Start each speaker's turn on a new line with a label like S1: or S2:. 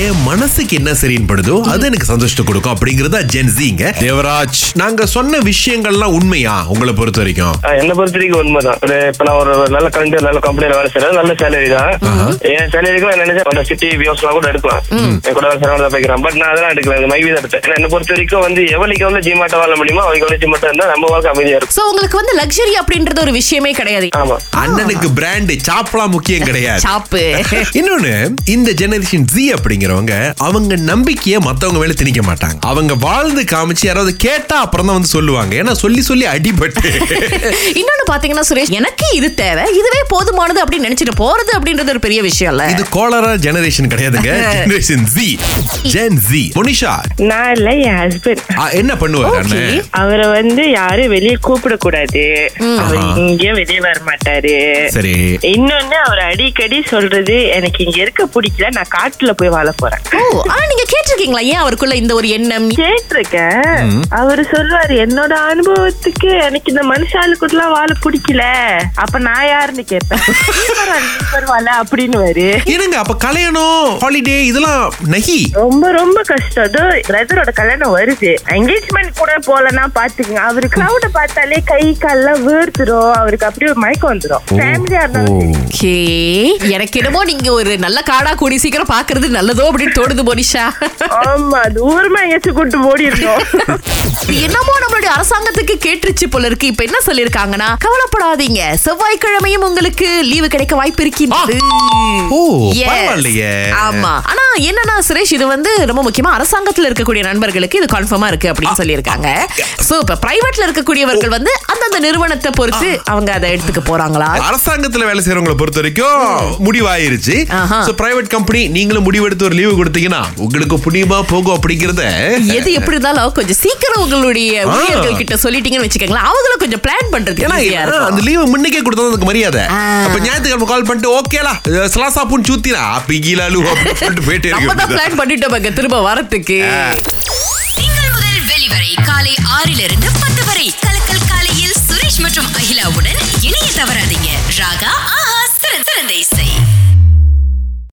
S1: என் மனசுக்கு என்ன சரின்னு படுதோ அது எனக்கு சந்தோஷத்தை கொடுக்கும் அப்படிங்கறதா ஜென்சிங்க தேவராஜ் நாங்க சொன்ன விஷயங்கள்லாம் உண்மையா உங்களை பொறுத்த வரைக்கும்
S2: ஆஹ் என்ன பொறுத்த வரைக்கும் உண்மைதான் ஒரு இப்ப நான் ஒரு ஒரு நல்ல கரண்ட் நல்ல கம்பெனில வேலை செய்யறேன் நல்ல சேலரி தான் என் சேலரிக்கும் நான் நினைச்சா அந்த சிட்டி வியோஸ்லாம் கூட எடுக்கலாம் என் கூட சிறந்த பாக்கிறேன் பட் நான் அதெல்லாம் எடுக்கல இந்த மைவி தான் எடுத்தேன் ஏன்னா என்ன பொறுத்த வரைக்கும் வந்து எவ்வளவுக்கு எவ்வளவு ஜிமாட்ட வாழ முடியுமோ அவளுக்கு எவ்வளவு ஜிமாட்டா இருந்தா நம்ம வாழ்க்கை அமைதியா இருக்கும்
S3: சோ உங்களுக்கு வந்து லக்ஸரி அப்படின்றது ஒரு விஷயமே கிடையாது
S2: ஆமா
S1: அண்ணனுக்கு பிராண்ட் சாப்பிடலாம் முக்கியம் கிடையாது
S3: சாப்பு
S1: இன்னொன்னு இந்த ஜெனரேஷன் ஜி அப்படிங்கிறவங்க அவங்க நம்பிக்கையை மத்தவங்க மேல திணிக்க மாட்டாங்க அவங்க வாழ்ந்து காமிச்சு யாராவது கேட்டா அப்புறம் தான் வந்து சொல்லுவாங்க ஏன்னா சொல்லி சொல்லி அடிபட்டு
S3: இன்னொன்னு பாத்தீங்கன்னா சுரேஷ் எனக்கு இது தேவை இதுவே போதுமானது அப்படின்னு நினைச்சிட்டு போறது அப்படின்றது ஒரு பெரிய விஷயம் இல்ல
S1: இது கோளரா ஜெனரேஷன் கிடையாதுங்க generation Z gen Z Monisha
S4: நான் இல்ல என் ஹஸ்பண்ட்
S1: ஆ, என்ன பண்ணுவாரு அண்ணன்
S3: Okay.
S4: அவரை வந்து யாரும் வெளியே கூப்பிட கூடாது அவர்
S1: ஆஹா.
S4: இங்கேயும் வெளியே வர மாட்டாரு
S1: சரி
S4: இன்னொன்னு அவர் அடிக்கடி சொல்றது எனக்கு இங்க இருக்க பிடிக்கல நான் காட்டுல போய் வாழ போறேன்
S3: ஓ ஆனா நீங்க கேட்டிருக்கீங்களா ஏன் அவருக்குள்ள இந்த ஒரு எண்ணம்
S4: கேட்டிருக்கேன் அவரு சொல்லுவாரு என்னோட அனுபவத்துக்கு எனக்கு இந்த மனுஷாலு கூட வாழ பிடிக்கல அப்ப நான் யாருன்னு கேட்பேன் "நீ பரவாயில்ல, நீ பரவாயில்ல அப்படின்னு
S1: என்னங்க அப்ப கல்யாணம் ஹாலிடே இதெல்லாம் நகி
S4: ரொம்ப ரொம்ப கஷ்டம் அதோ பிரதரோட கல்யாணம் வருது என்கேஜ்மெண்ட் கூட போலன்னா பாத்துக்கங்க அவரு கிரௌட பார்த்தாலே கை கால்லாம் வேர்த்துரும் அவருக்கு அப்படியே ஒரு மயக்கம் வந்துரும் ஃபேமிலியா இருந்தாலும் சரி.
S3: ஓகே எனக்கு என்னமோ நீங்க ஒரு நல்ல காடா கூடி சீக்கிரம் பாக்குறது நல்லதோ அப்படின்னு தோணுது மோனிஷா
S4: ஆமா அது ஊர்மா எங்கேயாச்சும் கூட்டு ஓடி இருந்தோம்
S3: இது என்னமோ நம்மளுடைய அரசாங்கத்துக்கு கேட்டுருச்சு போல இருக்கு இப்ப என்ன சொல்லிருக்காங்கன்னா கவலைப்படாதீங்க செவ்வாய்க்கிழமையும் உங்களுக்கு லீவு கிடைக்க வாய்ப்பு இருக்கின்றது
S1: ஓ
S3: Yes.
S1: பரவாயில்லையே
S3: ஆமா ஆனா என்னன்னா சுரேஷ் இது வந்து ரொம்ப முக்கியமா அரசாங்கத்துல இருக்கக்கூடிய நண்பர்களுக்கு இது கன்ஃபார்மா இருக்கு அப்படின்னு சொல்லியிருக்காங்க சோ இப்ப பிரைவேட்ல இருக்கக்கூடியவர்கள் வந்து அந்தந்த நிறுவனத்தை பொறுத்து அவங்க அதை எடுத்துக்க போறாங்களா
S1: அரசாங்கத்துல வேலை செய்யறவங்களை பொறுத்த வரைக்கும் முடிவாயிருச்சு
S3: ஆஹா.
S1: சோ பிரைவேட் கம்பெனி நீங்களும் முடிவெடுத்து ஒரு லீவு கொடுத்தீங்கன்னா உங்களுக்கு புண்ணியமா போகும் அப்படிங்கறத
S3: எது எப்படி இருந்தாலும் கொஞ்சம் சீக்கிரம் உங்களுடைய ஊழியர்கள் கிட்ட சொல்லிட்டீங்கன்னு வச்சுக்கோங்களேன் அவங்கள கொஞ்சம் பிளான் பண்றது
S1: ஏன்னா
S3: easy-ஆ
S1: ஆ, அந்த
S3: இருக்கும்.
S1: லீவு முன்னுக்கே கொடுத்தா அதுக்கு மரியாதை
S3: ஆ.
S1: அப்ப ஞாயிற்றுக்கிழமை கால் பண்ணிட்டு ஓகேலா சலாசா பூன் சூத்தினா பிகிலாலு அப்படின்னு சொல்லிட்டு போயிட்டே
S3: நம்ம தான்
S1: இருக்கு
S3: பிளான் பண்ணிட்டோம் பாக்க திரும்ப வரத்துக்கு
S5: திங்கள் முதல் வெளிவரை காலை ஆறிலிருந்து பத்து வரை கலக்கல் காலையில் சுரேஷ் மற்றும் அகிலாவுடன் இணைய தவறாதீங்க ராகா